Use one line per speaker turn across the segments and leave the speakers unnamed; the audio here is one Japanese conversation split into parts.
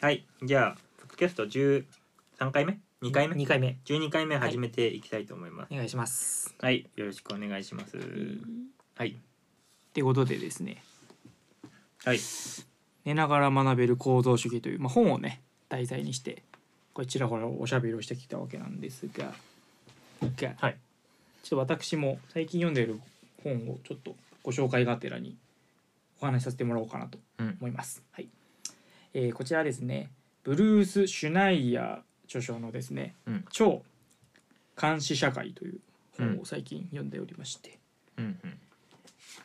はいじゃあポッドキャスト13回目2回目
2回目
12回目始めていきたいと思います
お願いします。
はい、よろしくお願いしますはい
ということでですね
はい
寝ながら学べる行動主義という、まあ、本をね題材にしてこれちらほらおしゃべりをしてきたわけなんですがが、
はい
ちょっと私も最近読んでいる本をちょっとご紹介がてらにお話しさせてもらおうかなと
うん
思います。はいえーこちらですねブルース・シュナイヤー著書のですね
うん
「超監視社会」という本を最近読んでおりまして、
うん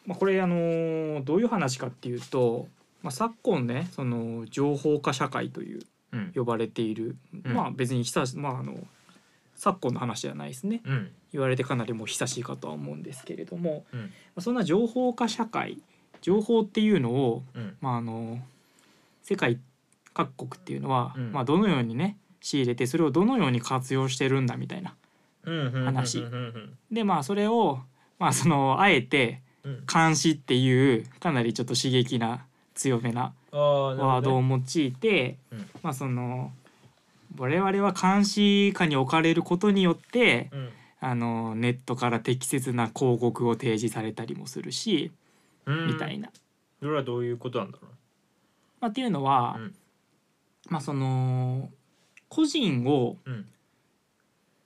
まあ、これあのーどういう話かっていうと、まあ、昨今ねその情報化社会という
うんうん
呼ばれている、
うん
まあ別に久し、まあ、あの昨今の話ではないですね
うん
言われてかなりもう久しいかとは思うんですけれども、
うん
まあそんな情報化社会情報っていうのを、
うん
まあ、あの世界各国っていうのは、
うん
まあ、どのようにね仕入れてそれをどのように活用してるんだみたいな。
うんうん
話
うんうん
でまあそれを、まあ、そのあえて
うん
監視っていうかなりちょっと刺激な強めな
あーなるほ
ワード
ど
を
ね
用いて、
うん
まあその我々は監視下に置かれることによって
うん
あのネットから適切な広告を提示されたりもするし、
うん
みたいな。
それはどういうことなんだろ
まあ、っていうのは、
うん
まあその個人を
ううん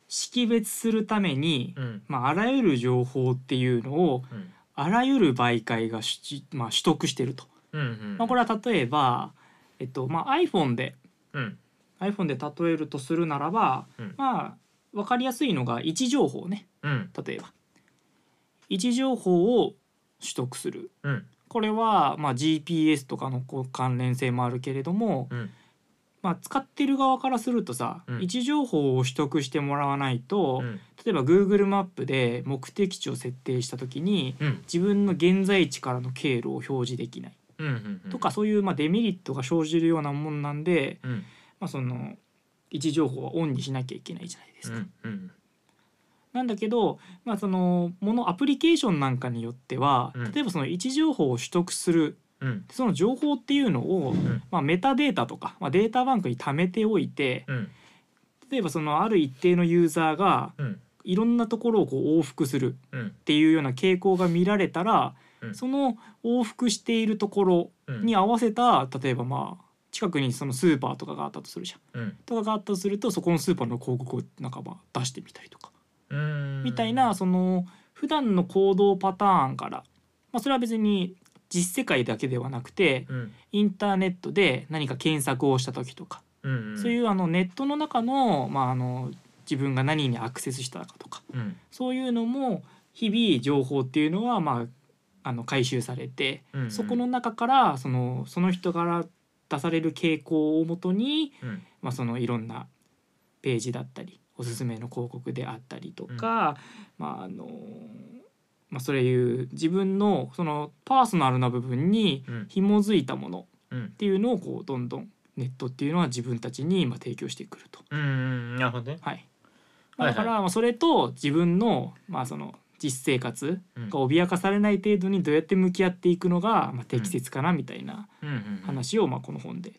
識別するために、
うん
まあ、あらゆる情報っていうのを
うん
あらゆる媒介がし、まあ、取得してると。
うんうん
まあ、これは例えば、えっとまあ、iPhone で
うん
iPhone で例えるとするならば、
うん
まあ分かりやすいのが位置情報ね
うん
例えば位置情報を取得する
うん
これは、まあ、GPS とかのこう関連性もあるけれども、
うん
まあ、使ってる側からするとさ、
うん
位置情報を取得してもらわないと、
うん
例えば Google マップで目的地を設定した時に
うん
自分の現在地からの経路を表示できない
うんうんうん
とか、そういう、まあ、デメリットが生じるようなもんなんで、
うん
まあ、その位置情報はオンにしなきゃいけないじゃないです
う
か。
んうん
なんだけど、まあ、そのものアプリケーションなんかによっては、
うん
例えばその位置情報を取得する
うん
その情報っていうのを、
ん
まあ、メタデータとか、まあ、データバンクに貯めておいて
うん
例えばそのある一定のユーザーが
うん
いろんなところをこう往復する
うん
っていうような傾向が見られたら、
うん
その往復しているところ
うん
に合わせた例えばまあ近くにそのスーパーとかがあったとするじゃん。
うん
とかがあったとするとそこのスーパーの広告をなんかまあ出してみたりとか、
うん
みたいなその普段の行動パターンから、まあ、それは別に実世界だけではなくて
うん
インターネットで何か検索をした時とか、
うんうん
そういうあのネットの中の,、まあ、あの自分が何にアクセスしたかとか
うん
そういうのも日々情報っていうのはまああの回収されて、
うんうん
そこの中からそのその人から出される傾向をもとに
うん
まあ、そのいろんなページだったりおすすめの広告であったりとか、まああのまあ、そういう自分のそのパーソナルな部分に
うん
紐づいたもの
うん
っていうのをこうどんどんネットっていうのは自分たちにまあ提供してくると。
うんうんなるほどね
はいまあ
はいはい
だからまあそれと自分のまあその実生活
うん
が脅かされない程度にどうやって向き合っていくのがまあ適切かなみたいな
うんうんうん
話をまあこの本で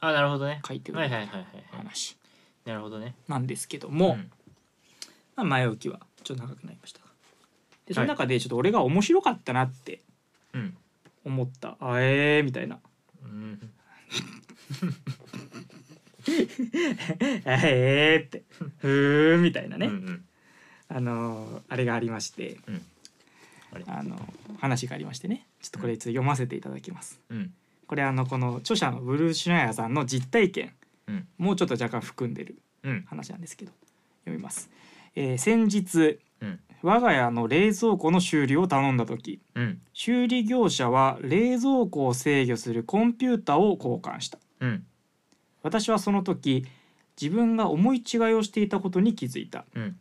あなるほどね
書いてる
はいはいはいはいはい
話
なるほどね
なんですけども、
うん
まあ、前置きはちょっと長くなりましたがでそ
は
の
い
中でちょっと俺が面白かったなって
うん
思った「あえー」みたいな
うん
「あえー」 って「ふー」みたいなね、
うんうん
あのーあれがありまして、
うんあれ
あの話がありましてねちょっとこれちょっと読ませていただきます。
うん
これあのこの著者のブルーシュナイヤーさんの実体験
うん
もうちょっと若干含んでる
うん
話なんですけど読みます。えー先日
うん
我が家の冷蔵庫の修理を頼んだ時
うん
修理業者は冷蔵庫を制御するコンピューターを交換した
うん
私はその時自分が思い違いをしていたことに気づいた、
うん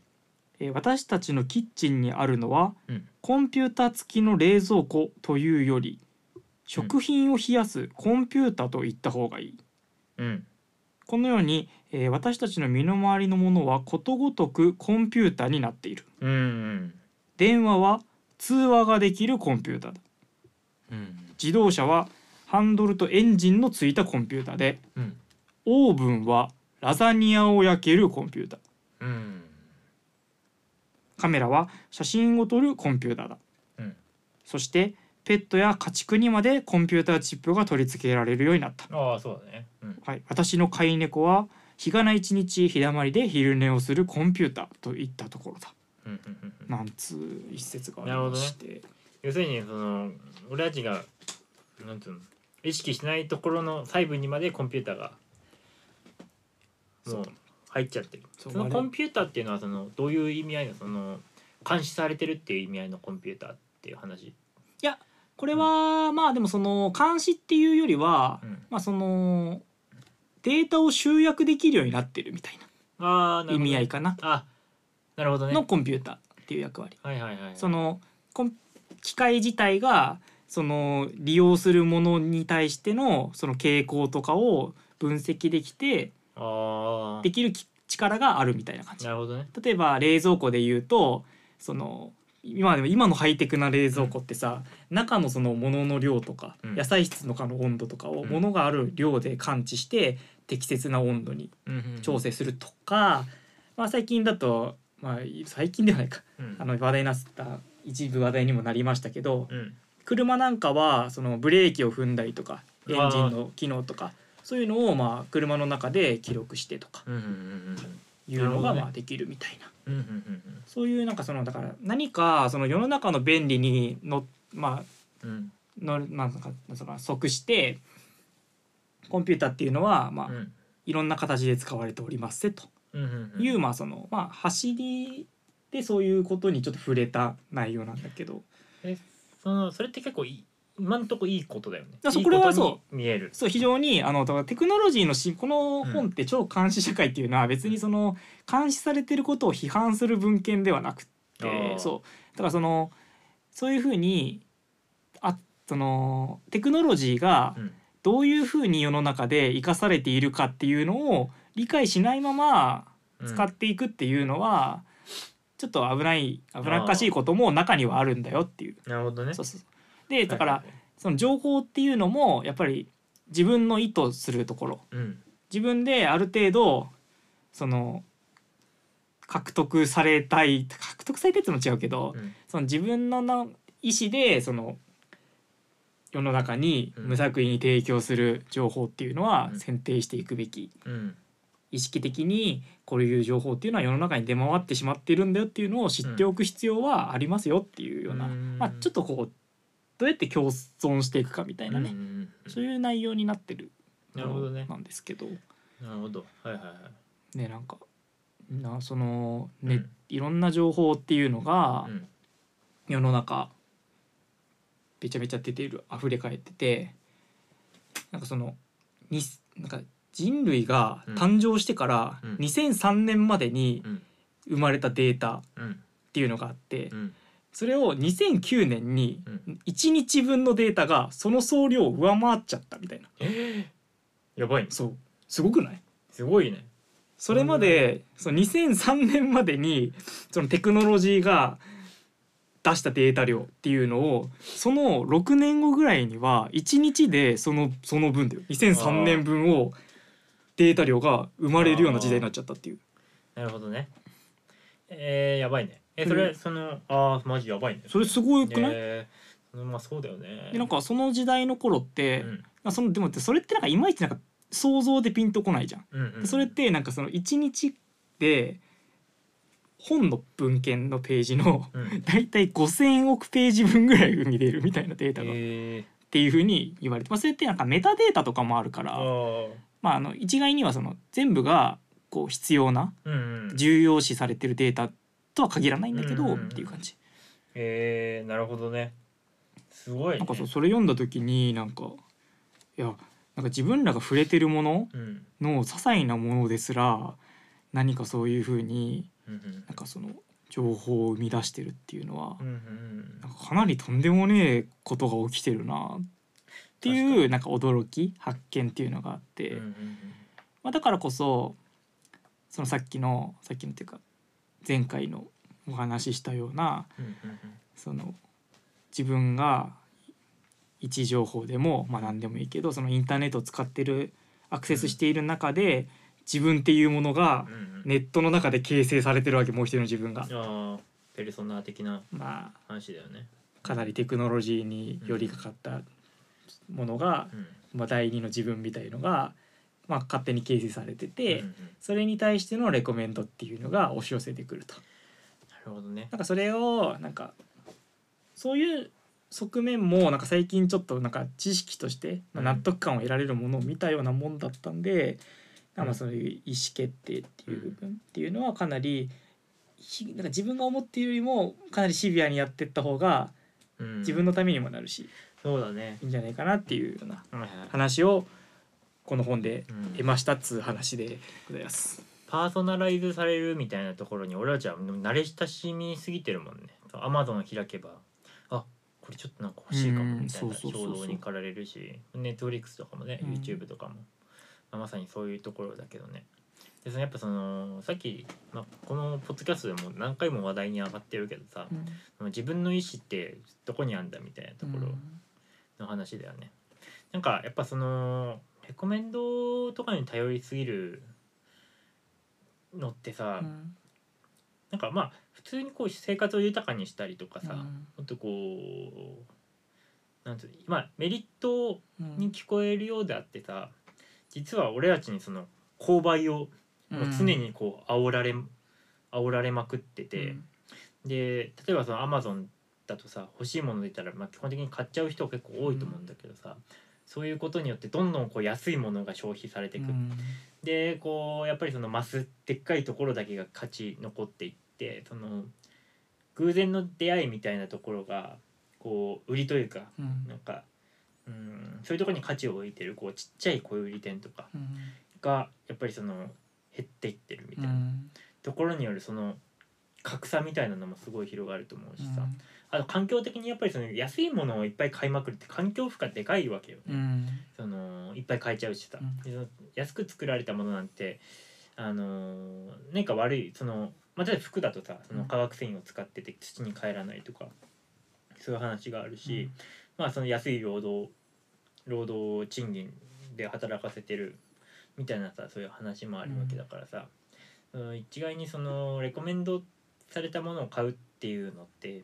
えー私たちのキッチンにあるのは
うん
コンピューター付きの冷蔵庫というより食品を冷やすコンピューターと言った方がいい
うん
このように、えー私たちの身の回りのものはことごとくコンピューターになっている
うんうん
電話は通話ができるコンピューターだ
うん
自動車はハンドルとエンジンのついたコンピューターで
うん
オーブンはラザニアを焼けるコンピューター
うん
カメラは写真を撮るコンピューターだ
うん
そしてペットや家畜にまでコンピューターチップが取り付けられるようになった、
ああそうだねうん
はい、私の飼い猫は日がな一日日だまりで昼寝をするコンピューターといったところだ
うんうんうんうん
なんつう一節がありまして、
要するにその俺たちがなんつうの意識しないところの細部にまでコンピューターがもう入っちゃってる
そ
そうのコンピューターっていうのはそのどういう意味合いのその監視されてるっていう意味合いのコンピューターっていう話
これはまあでもその監視っていうよりは、
うん
まあそのデータを集約できるようになってるみたい
あーなる
な
ほど
意味合いかな
あなるほどね
のコンピューターっていう役割
はいはいはい
そのコン機械自体がその利用するものに対してのその傾向とかを分析できて
ああ
できるき力があるみたいな感じ
な。るほどね
例えば冷蔵庫で言うとその今でも今のハイテクな冷蔵庫ってさ、中のその物の量とか、
うん
野菜室の中の温度とかを
うん
物がある量で感知して適切な温度に調整するとか、まあ、最近だと、まあ、最近ではないか
うん
あの話題になった一部話題にもなりましたけど
うん
車なんかはそのブレーキを踏んだりとかエンジンの機能とかそういうのをまあ車の中で記録してとか
うんうんうん
いうの
なるほど
が
ね
まあできるみたいな。
うんうんうん
そういうなんかそのだから何かその世の中の便利にのまあ
うんうん
のなんかその即してコンピューターっていうのはまあ、
うん
いろんな形で使われておりますせと
うんうんうん
いう、まあそのまあ走りでそういうことにちょっと触れた内容なんだけど
えそのそれって結構いい今んとこいいことだよね
あそ
い
う
い
これは
とに
そ
見える
そう非常にあのだからテクノロジーのしこの本って超監視社会っていうのは別にその監視されてることを批判する文献ではなく
あ
って
ー
そうだからそのそういうふうにあそのテクノロジーが
うん
どういうふうに世の中で生かされているかっていうのを理解しないまま使っていくっていうのは、ちょっと危ない危なっかしいことも中にはあるんだよっていう。
なるほどね
そうそうそうでだから、
はいはい
その情報っていうのもやっぱり自分の意図するところ
はいうん
自分である程度その獲得されたい獲得されたいってのも違うけど、
うん
その自分のな意思でその世の中に
うん
無作為に提供する情報っていうのは
うん
選定していくべき、
うん
意識的にこういう情報っていうのは世の中に出回ってしまっているんだよっていうのを知っておく必要はありますよっていうような、
うん
まあ、ちょっとこうどうやって共存していくかみたいなね、
うんうんうん
そういう内容になってる
なるほどね
なんですけど
なるほどはいはいはい
ねなんかなそのね、
うん
いろんな情報っていうのが
うん
世の中べちゃべちゃ出てる溢れ返っててなんかそのになんか人類が誕生してから
うん
2003年までに
うん
生まれたデータっ
うん
ていうのがあって
うん
それを2009年に
うん
1日分のデータがその総量を上回っちゃったみたいな
やばいね
そうすごくない
すごいね
それまで、その2003年までにそのテクノロジーが出したデータ量っていうのをその6年後ぐらいには1日でそのその分だよ2003年分をデータ量が生まれるような時代になっちゃったっていう
なるほどねえー、やばいねえそれ、
うん
そのあーマジやばいね
それすごくない、
えー、そのまあそうだよね
でなんかその時代の頃っ
う
て、
ん
まあそのでもそれってなんかいまいちなんか想像でピンとこないじゃん。
うんうん
それってなんかその1日で本の文献のページの
うん
大体5,000億ページ分ぐらい見れるみたいなデータがっ
えー、
ていうふうに言われて、まあ、それってなんかメタデータとかもあるから
あー
まあ、あの一概にはその全部がこう必要な
うんうん
重要視されてるデータとは限らないんだけど、
うん
っていう感じ。
えー、なるほどねすごいね
なんかそうそれ読んだ時になんかいやなんか自分らが触れてるもの
うん
の些細なものですら何かそういうふうに
うんうん
なんかその情報を生み出してるっていうのは
うんうん
なんかかなりとんでもねえことが起きてるなって
確
い
か
うなんか驚き発見っていうのがあって、
うんうんうん
まあ、だからこそそのさっきのさっきのっていうか前回のお話ししたような
うんうんうん
その自分が位置情報でも、まあ、何でもいいけどそのインターネットを使ってるアクセスしている中で自分っていうものが
うんうん
ネットの中で形成されてるわけもう一人の自分が。
ああペルソナ的な
まあ
話だよね。
かなりテクノロジーに寄りかかったものが、
うん
まあ、第二の自分みたいのが、まあ、勝手に形成されてて、
うんうん
それに対してのレコメンドっていうのが押し寄せてくると。
なるほどね
な。んかそれをなんかそういう側面もなんか最近ちょっとなんか知識としてまあ
うん
納得感を得られるものを見たようなもんだったんで、なん
う
かまあ
ん
そういう意思決定っていう部分っていうのはかなりひなんか自分が思っているよりもかなりシビアにやってった方が
うん
自分のためにもなるし、
そうだね。
いいんじゃないかなっていうような
はいはい
話をこの本で
うん
得ましたっつう話でございます。
パーソナライズされるみたいなところに俺たちはでも慣れ親しみすぎてるもんね。アマゾン開けばあこれちょっとなんか欲しいかもみたい
う
な
んそうそう
衝
そうそう
動に駆られるしネットフリックスとかもね
うん
YouTube とかも、まあまさにそういうところだけどね。でそのやっぱそのさっき、まあ、このポッドキャストでも何回も話題に上がってるけどさ、自分の意思ってどこにあんだみたいなところ、の話だよね。なんかやっぱそのレコメンドとかに頼りすぎるのってさ、
うん
なんかまあ普通にこう生活を豊かにしたりとかさ、
う
も
ん
っとこうなんていうまあメリット
うん
に聞こえるようであってさ実は俺たちにその購買をもう常にこう煽られ、煽られまくってて。
うん
で例えばそのアマゾンだとさ欲しいもの出たら、まあ、基本的に買っちゃう人が結構多いと思うんだけどさ、そういうことによってどんどんこう安いものが消費されていく、
うん
でこうやっぱりそのマスでっかいところだけが勝ち残っていってその偶然の出会いみたいなところがこう売りというか
うん
なんかうんそういうところに価値を置いてるこうちっちゃい小売店とか
うん
がやっぱりその減っていってるみたいなところによるその格差みたいなのもすごい広がると思うしさ、あと環境的にやっぱりその安いものをいっぱい買いまくるって環境負荷でかいわけよね、
うん
そのいっぱい買えちゃうしさ、
うん
でその安く作られたものなんてあのーなんか悪いその、まあ、例えば服だとさその化学繊維を使ってて土に帰らないとかそういう話があるし、まあその安い労働労働賃金で働かせてるみたいなさそういう話もあるわけだからさ、うん一概にそのレコメンドされたものを買うっていうのって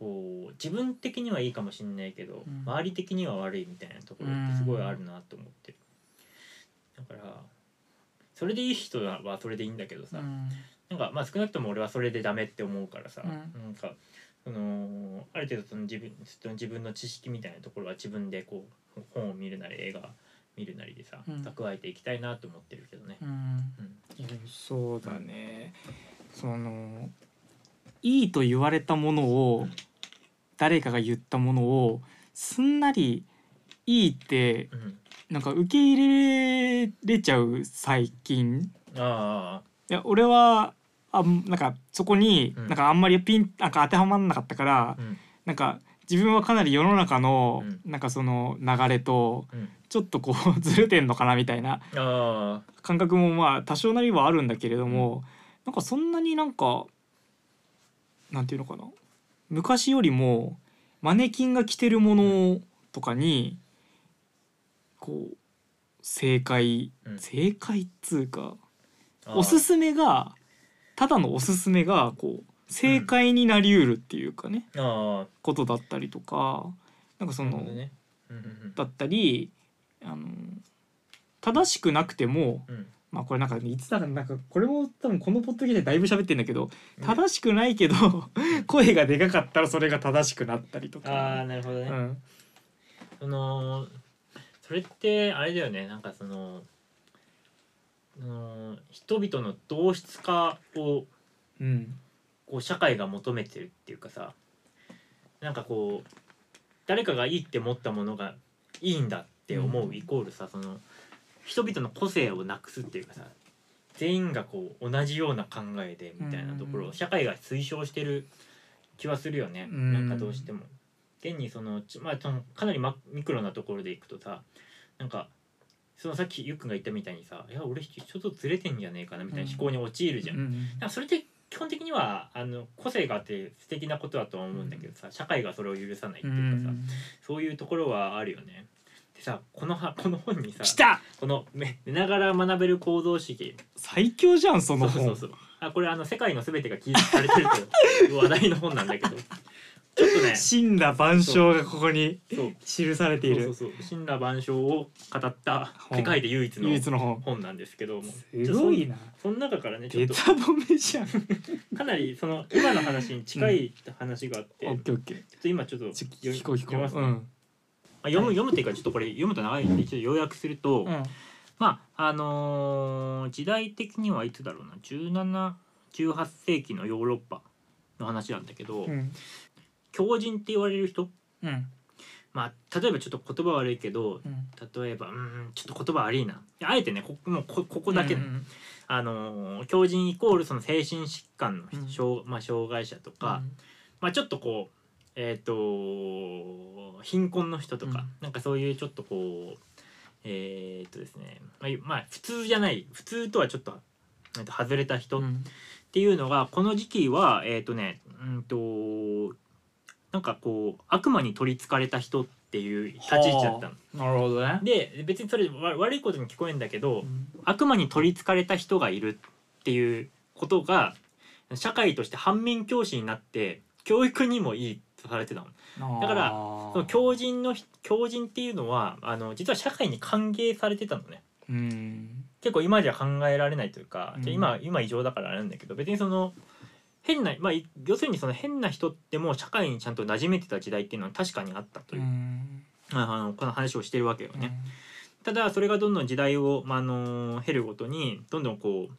こう自分的にはいいかもしんないけど、
うん
周り的には悪いみたいなところってすごいあるなと思ってる、だからそれでいい人はそれでいいんだけどさ、
うん
なんかまあ少なくとも俺はそれでダメって思うからさ、
う
なんかそのある程度その自分その自分の知識みたいなところは自分でこう本を見るなり映画見るなりでさ、
うん
蓄えていきたいなと思ってるけどね。
うん
うん
いやそうだねそのいいと言われたものを誰かが言ったものをすんなりいいって
うん、
なんか受け入れれちゃう最近
あ
いや俺はあんなんかそこに、
うん
なんかあんまりピンなんか当てはまんなかったから
あ、うん
なんか自分はかなり世の中の、
うん
なんかその流れと
うん、
ちょっとこう ずれてんのかなみたいな
ああ
感覚もまあ多少なりはあるんだけれども、なんかそんなになんかなんていうのかな昔よりもマネキンが着てるものとかに、こう正解、
うん
正解っつうか
ああ
おすすめがただのおすすめがこう正解になりうるっていうかね、
ああ
ことだったりとかなんかそ
な
の、
るほどねうんうん
だったりあの正しくなくても
うん
まあこれなんかいつだかなんかこれも多分このポッドキャストでだいぶ喋ってんだけど
うん
正しくないけど 声がでかかったらそれが正しくなったりと
ああ
か。
なるほどね、
うん
そのそれってあれだよねなんかそのその人々の同質化を
うん
こう社会が求めてるっていうかさなんかこう誰かがいいって思ったものがいいんだって思
う
うんイコールさその人々の個性をなくすっていうかさ全員がこう同じような考えでみたいなとこ
うんうんう
ろ
ん
を社会が推奨してる気はするよね
うん
なんかどうしても。現にそのちまあそのかなりマミクロなところでいくとさなんかそのさっきゆっくんが言ったみたいにさ「いや俺ちょっとずれてんじゃねえかな」みたいな思考に陥るじゃん
う。ん
なんかそれって基本的にはあの個性があって素敵なことだとは思うんだけどさ、社会がそれを許さないって
う
いうかさ、
ん
そういうところはあるよね。でさこのはこ の本にさ
来た
このめ「寝ながら学べる行動主義」
最強じゃん
そ
その
うそ
本
うそうあこれあの世界のすべてが記述されてるという話題の本なんだけどちょっとね
神羅万象がここに
そう
記されてい
そうそう
る
そう神羅万象を語った世界で唯一の
唯一の本
本なんですけども
すごいな
その中からねちょ
ベ
っと
タ褒めじゃんオッ
かなりその今の話に近い話があって、ちょ
ケーオッケー
っと今ちょっと
ちょ
読み
聞こう聞こ
読みます
ううん
あ読む読むっていうかちょっとこれ読むと長いんで一応要約すると、
うん
まああのー時代的にはいつだろうな1718世紀のヨーロッパの話なんだけど、
うん
狂人って言われる人
うん
まあ例えばちょっと言葉悪いけど
うん
例えばうーんちょっと言葉悪いないやあえてねこもうこここだけ、
う
ね
ん
あのー狂人イコールその精神疾患の、
うん
障まあ、障害者とか、まあ、ちょっとこうえっ、と貧困の人とか、
うん
なんかそういうちょっとこうえっ、とですね、まあい、まあ普通じゃない普通とはちょっとえーと外れた人
う
っ
ん
ていうのがこの時期はえっ、とねうんとなんかこう悪魔に取りつかれた人っていう立ち位置だったの。
なるほどね
で別にそれわ悪いことに聞こえんだけど、
うん
悪魔に取りつかれた人がいるっていうことが社会として反面教師になって教育にもいいとされてたの。だから
あー
その狂人のひ狂人っていうのはあの実は社会に歓迎されてたのね。
うん
結構今じゃ考えられないというか、
うん
今今異常だからあれなんだけど別にその変な、まあ、い要するにその変な人ってもう社会にちゃんと馴染めてた時代っていうのは確かにあったという、
うん
あのこの話をしてるわけよね。ただそれがどんどん時代を、まああの経るごとにどんどんこう、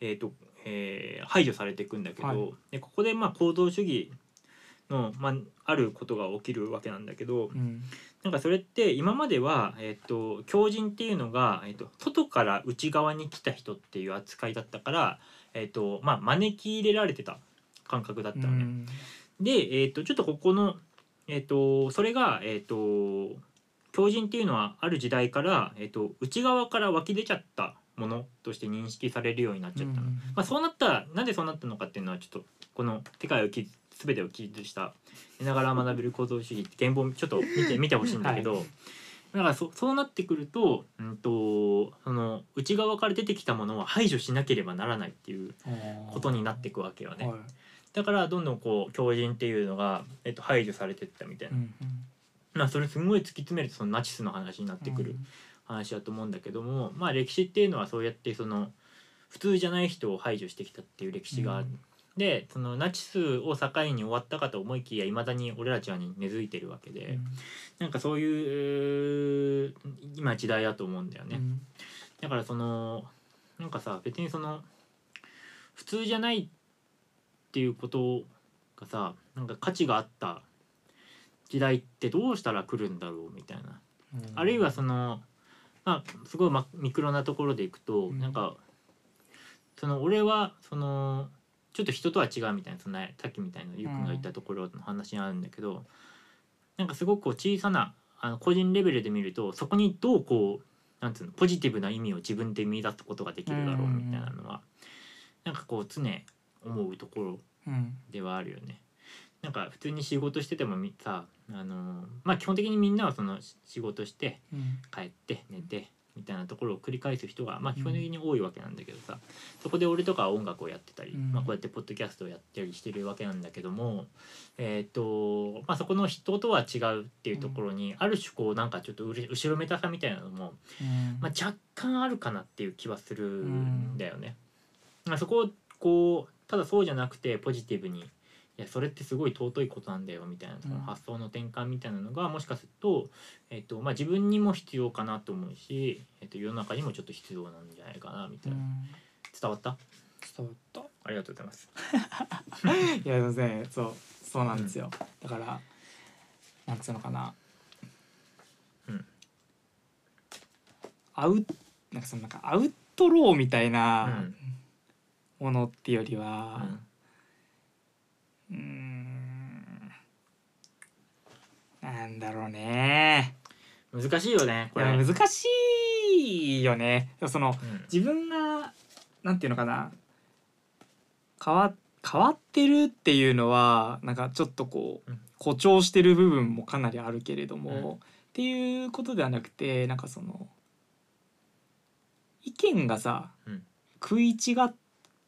えーとえー排除されていくんだけど、
はい
でここでまあ行動主義の、まあ、あることが起きるわけなんだけど
うん
なんかそれって今までは、えー、と狂人っていうのが、えー、と外から内側に来た人っていう扱いだったから、えーとまあ、招き入れられてた感覚だった
う
のね。
ん
で、えー、とちょっとここの、えー、とそれが、えー、と狂人っていうのはある時代から、えー、と内側から湧き出ちゃったものとして認識されるようになっちゃったの、
うん
まあ、そうなったなんでそうなったのかっていうのはちょっとこの「世界をき全てを記述した寝ながら学べる行動主義」って原本ちょっと見 て見てほしいんだけど、だからそそうなってくると,、うん、とその内側から出てきたものは排除しなければならないっていうことになっていくわけよね。
はい
だからどんどんこう狂人っていうのが、えっと、排除されてったみたいな、
うん
まあそれすごい突き詰めるとそのナチスの話になってくる話だと思うんだけども、まあ歴史っていうのはそうやってその普通じゃない人を排除してきたっていう歴史がある、
うん
でそのナチスを境に終わったかと思いきやいまだに俺たちは根付いてるわけで、なんかそういう今時代だと思うんだよね。
うん
だからそのなんかさ別にその普通じゃないっていうことがさなんか価値があった時代ってどうしたら来るんだろうみたいな、あるいはそのまあすごいマミクロなところでいくと、
うん
なんかその俺はそのちょっと人とは違うみたいなそのねさっきみたいなゆうくんが言ったところの話にあるんだけど、なんかすごくこう小さなあの個人レベルで見るとそこにどうこうなんつうのポジティブな意味を自分で見出すことができるだろう
うん
みたいなのは、なんかこう常思うところ
うん
ではあるよね。なんか普通に仕事しててもみさあのーまあ基本的にみんなはその仕仕事して
うん
帰って寝てみたいなところを繰り返す人がまあ基本的に多いわけなんだけどさ、そこで俺とかは音楽をやってたり、
うん
まあ、こうやってポッドキャストをやったりしてるわけなんだけども、えっとまあ、そこの人とは違うっていうところに、ある種こうなんかちょっとうれ後ろめたさみたいなのも、
うん
まあ、若干あるかなっていう気はするんだよね。まあ、そこをこうただそうじゃなくてポジティブにいやそれってすごい尊いことなんだよみたいなその
うん
発想の転換みたいなのがもしかすると,、えっとまあ、自分にも必要かなと思うし、えっと、世の中にもちょっと必要なんじゃないかなみた
う
いな、
ん
伝わった
伝わった
ありがとうございます。
いやでもねそうそうなんですよ、だからなんつうのかな、
うん
アウなんかそのなんかアウトローみたいうなんものっていうより
う
は
ん
うーんなんだろうね
難しいよね
い
これ。
や
うん
難しいよねその自分がなんていうのかな変わ変わってるっていうのはなんかちょっとこう
うん
誇張してる部分もかなりあるけれども、っていうことではなくてなんかその意見がさ、
うん
食い違っ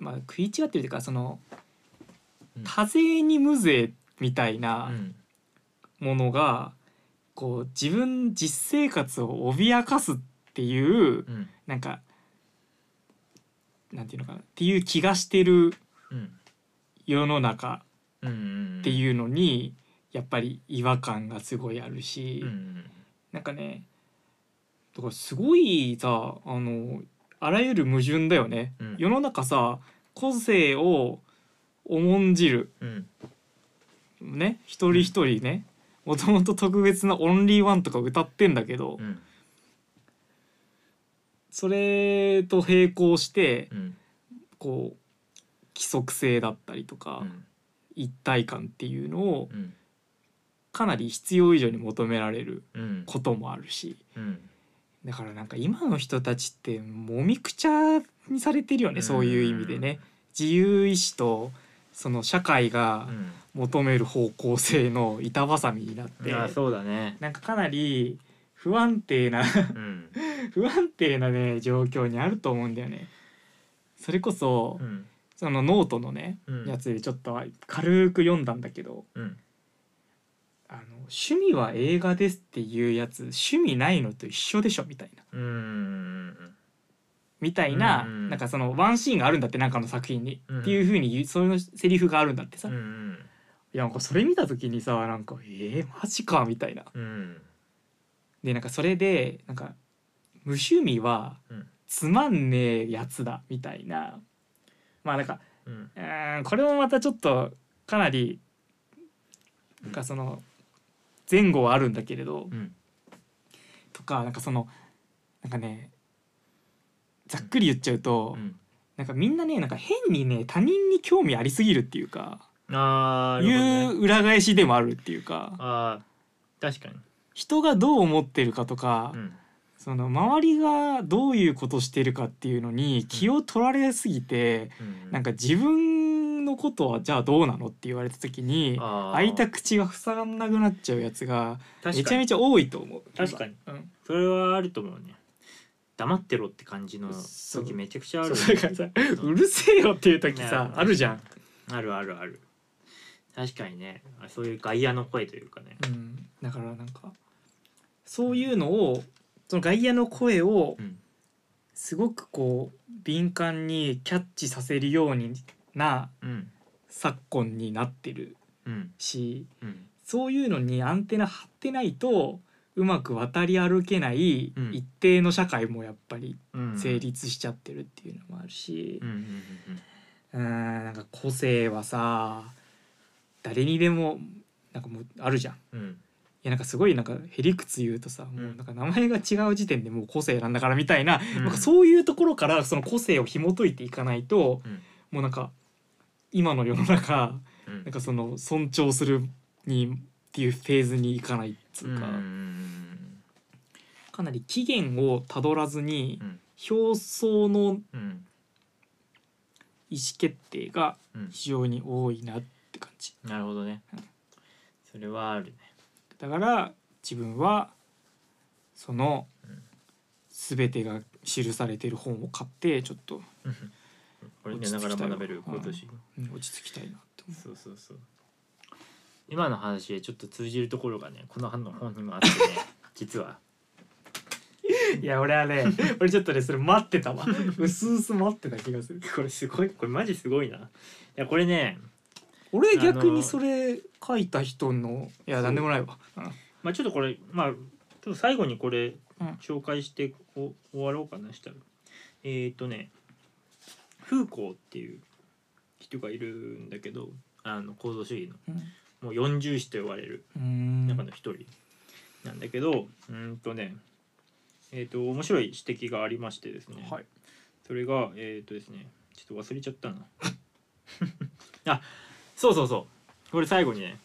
まあ食い違ってるというかその
うん
多勢に無勢みたいな。
うん
ものがこう自分実生活を脅かすっていう
うん
なんかなんていうのかなっていう気がしてる
うん
世の中
うんうん
っていうのにやっぱり違和感がすごいあるし、
うんうん
なんかねだからすごいさあのあらゆる矛盾だよね。
うん
世の中さ個性を重んじる
うん
ね一人一人ねもともと特別な「オンリーワン」とか歌ってんだけど、
うん
それと並行して
うん
こう規則性だったりとか、
うん
一体感っていうのを
うん
かなり必要以上に求められる
うん
こともあるし
うん
だからなんか今の人たちってもみくちゃにされてるよねそういう意味でね。自由意志とその社会
う
が
ん
求める方向性の板挟みになって、
いやそうだね
なんかかなり不安定な
うん
不安定なね状況にあると思うんだよね。それこそ、
うん
そのノートのね、
うん
やつでちょっと軽く読んだんだけど
うん
「あの趣味は映画です」っていうやつ趣味ないのと一緒でしょみたいな
うんうん
みたいな,、
うん
なんかそのワンシーンがあるんだってなんかの作品に、
うん
っていうふうに言うそういうセリフがあるんだってさ、
う
い
ん
やなんかそれ見た時にさなんか「えー、マジか」みたいな。
うん
でなんかそれでなんか無趣味は
うん
つまんねえやつだみたいなまあなんか
うん
うーんこれもまたちょっとかなりなんかその前後はあるんだけれど
うん
とかなんかそのなんかねざっくり言っちゃうと
うん
なんかみんなねなんか変にね他人に興味ありすぎるっていうか
あー
い
なるほどね
う裏返しでもあるっていうか
あー確かに
人がどう思ってるかとか
うん
その周りがどういうことしてるかっていうのに気を取られすぎて
うん
なんか自分のことはじゃあどうなのって言われた時に
あー
開いた口が塞がんなくなっちゃうやつがめ
確
ち
か
ゃ
に
めちゃ多いと思う
確かに
今うん
それはあると思うね黙ってろって感じの
そう
時めちゃくちゃあ
そ
る
うだからさうるせえよっていう時
い
さ
や
あるじゃん、
あるあるある確かにねあそういう外野の声というかね
うん、だからなんかそういうのをその外野の声を
うん
すごくこう敏感にキャッチさせるようにな
うん
昨今になってる
うん
し
うん
そういうのにアンテナ張ってないとうまく渡り歩けない
うん
一定の社会もやっぱり
うん
成立しちゃってるっていうのもあるし、
うんうんうん
うーんなんか個性はさ誰にでもなんかもうあるじゃん。い
うんうん
やなんかすごいなんかへりくつ言うとさ、もうなんか名前が違う時点でもう個性なんだからみたいな,、
うん
なんかそういうところからその個性を紐解いていかないと
うん
もうなんか今の世の中
うんうん
なんかその尊重するにっていうフェーズにいかないっつ
うん
うか、
うん
かなり起源をたどらずに
うん
表層の
うん
意思決定が
うん
非常に多いなって感じ。
なるほどね
うん
それはあるね
だから自分はその
うん
全てが記されている本を買ってちょっと
うんこれ寝ながら学べる今年
うん落ち着きたいなって思
そうそうそう今の話でちょっと通じるところがねこの本の本にもあ ってね実は
う。いや俺はね 俺ちょっとねそれ待って たわ。うすうす待ってた気がする。
これすごいこれマジすごいないやこれね
俺逆にそれ書いた人のいやなんでもないわ。
まあちょっとこれまあちょっと最後にこれ
うん
紹介してお終わろうかなしたらえっ、ー、とねフーコーっていう人がいるんだけどあの構造主義のもう四重視と呼ばれる
うん。
中の一人なんだけどうーんとねえっ、と面白い指摘がありましてですね、
はい。
それがえっ、とですねちょっと忘れちゃったな あそうそうそうこれ最後にね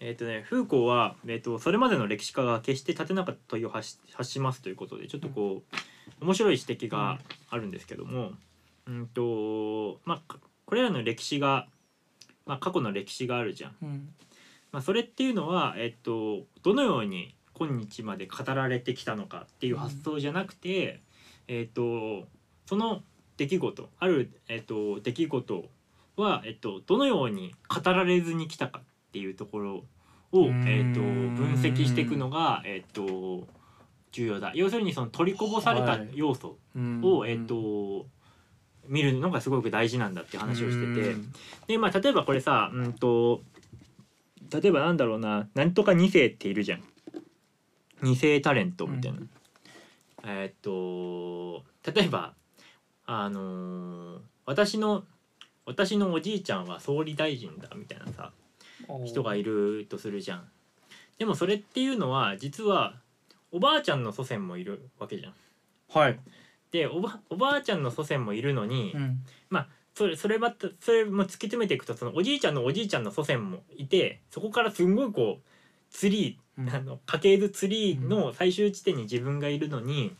えっ、とねフーコーは、えー、とそれまでの歴史家が決して立てなかった問いを発し発しますということでちょっとこう面白い指摘があるんですけどもうんとまあかこれらの歴史が、まあ、過去の歴史があるじゃん、
うん
まあ、それっていうのは、えっと、どのように今日まで語られてきたのかっていう発想じゃなくて、えっと、その出来事ある、えっと、出来事は、えっと、どのように語られずに来たかっていうところを、
うーん
えっと、分析していくのが、えっと、重要だ要するにその取りこぼされた
はい
要素
うん
を、えっと、見るのがすごく大事なんだっていう話をしてて。
うん
でまあ例えばこれさうんと例えばなんだろうななんとか2世っているじゃん2世タレントみたいな、
う
えーっと例えばあのー私の私のおじいちゃんは総理大臣だみたいなさ人がいるとするじゃんでもそれっていうのは実はおばあちゃんの祖先もいるわけじゃん
はい、
でおばおばあちゃんの祖先もいるのに、
うん
それそれまたそれも突き詰めていくとそのおじいちゃんのおじいちゃんの祖先もいてそこからすんごいこうツリ
う
ーあ
ん
の家系図ツリーの最終地点に自分がいるのに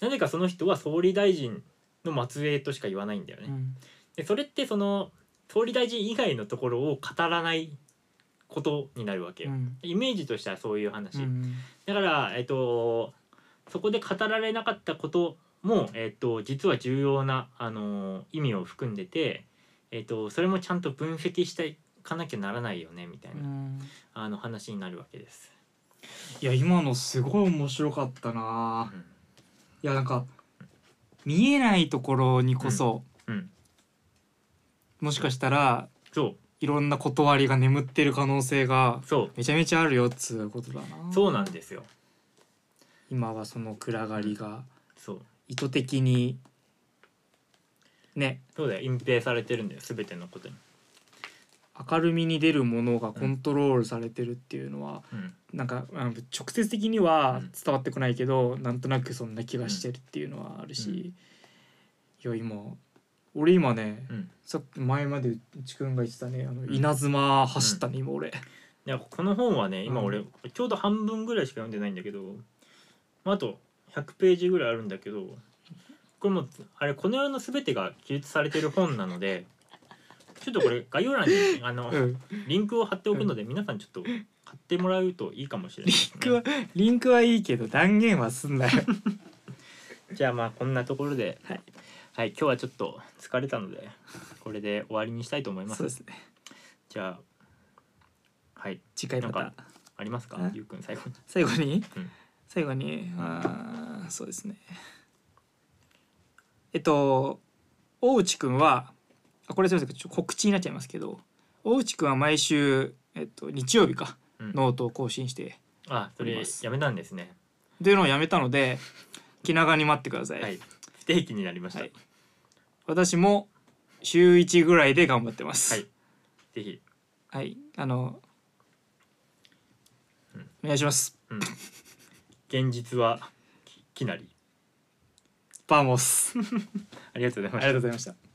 なぜかその人は総理大臣の末裔としか言わないんだよね。でそれってその総理大臣以外のところを語らないことになるわけ
う
よ。
ん
イメージとしてはそういう話、
うん
だから、えっと、そこで語られなかったことも、えっと、実は重要な、あの意味を含んでて、えっと、それもちゃんと分析していかなきゃならないよねみたいうな、
ん
あの話になるわけです。
いや今のすごい面白かったな
うん
いやなんか見えないところにこそ、
うん、
もしかしたら
そ
いろんな断りが眠ってる可能性が
うそう
めちゃめちゃあるよっつうことだな
そうなんですよ。
今はその暗がりが
そう
意図的にね
そうだよ隠蔽されてるんだよ全てのことに。
明るみに出るものがコントロールされてるっていうのは、
うん
なんかあの直接的には
うん
伝わってこないけど、なんとなくそんな気がしてるっていうのはあるし、いや今俺今ね、
うん、
さっき前までうちくんが言ってたねあの稲妻走ったね、今俺。
いやこの本はね今
うん
俺、ちょうど半分ぐらいしか読んでないんだけど、まあ、あと100ページぐらいあるんだけどこれもうあれこの世の全てが記述されてる本なのでちょっとこれ概要欄 にあの、
うん、
リンクを貼っておくので皆さんちょっと買ってもらうといいかもしれないですね、
リンクはリンクはいいけど断言はすんなよ。
じゃあまあこんなところでは
はい、
はい、今日はちょっと疲れたのでこれで終わりにしたいと思いま
そう
す
ですね。
じゃあはい
次回ま
な
た
んありますか
え
ゆうくん最後に
最後に、
うん
最後にあーそうですね。えっと大内くんはあこれすみませんちょっと告知になっちゃいますけど大内くんは毎週えっと日曜日か、
うん
ノートを更新して
あそれやめたんですね
というのをやめたので気長に待ってください。
はい不定期になりました、
はい私も週一ぐらいで頑張ってます。
はいぜひ、
はい、あの、
うん
お願いします。
うん、現実はききなり
バーモス。
ありがとうございま
あ
し
り
た
がとうございました。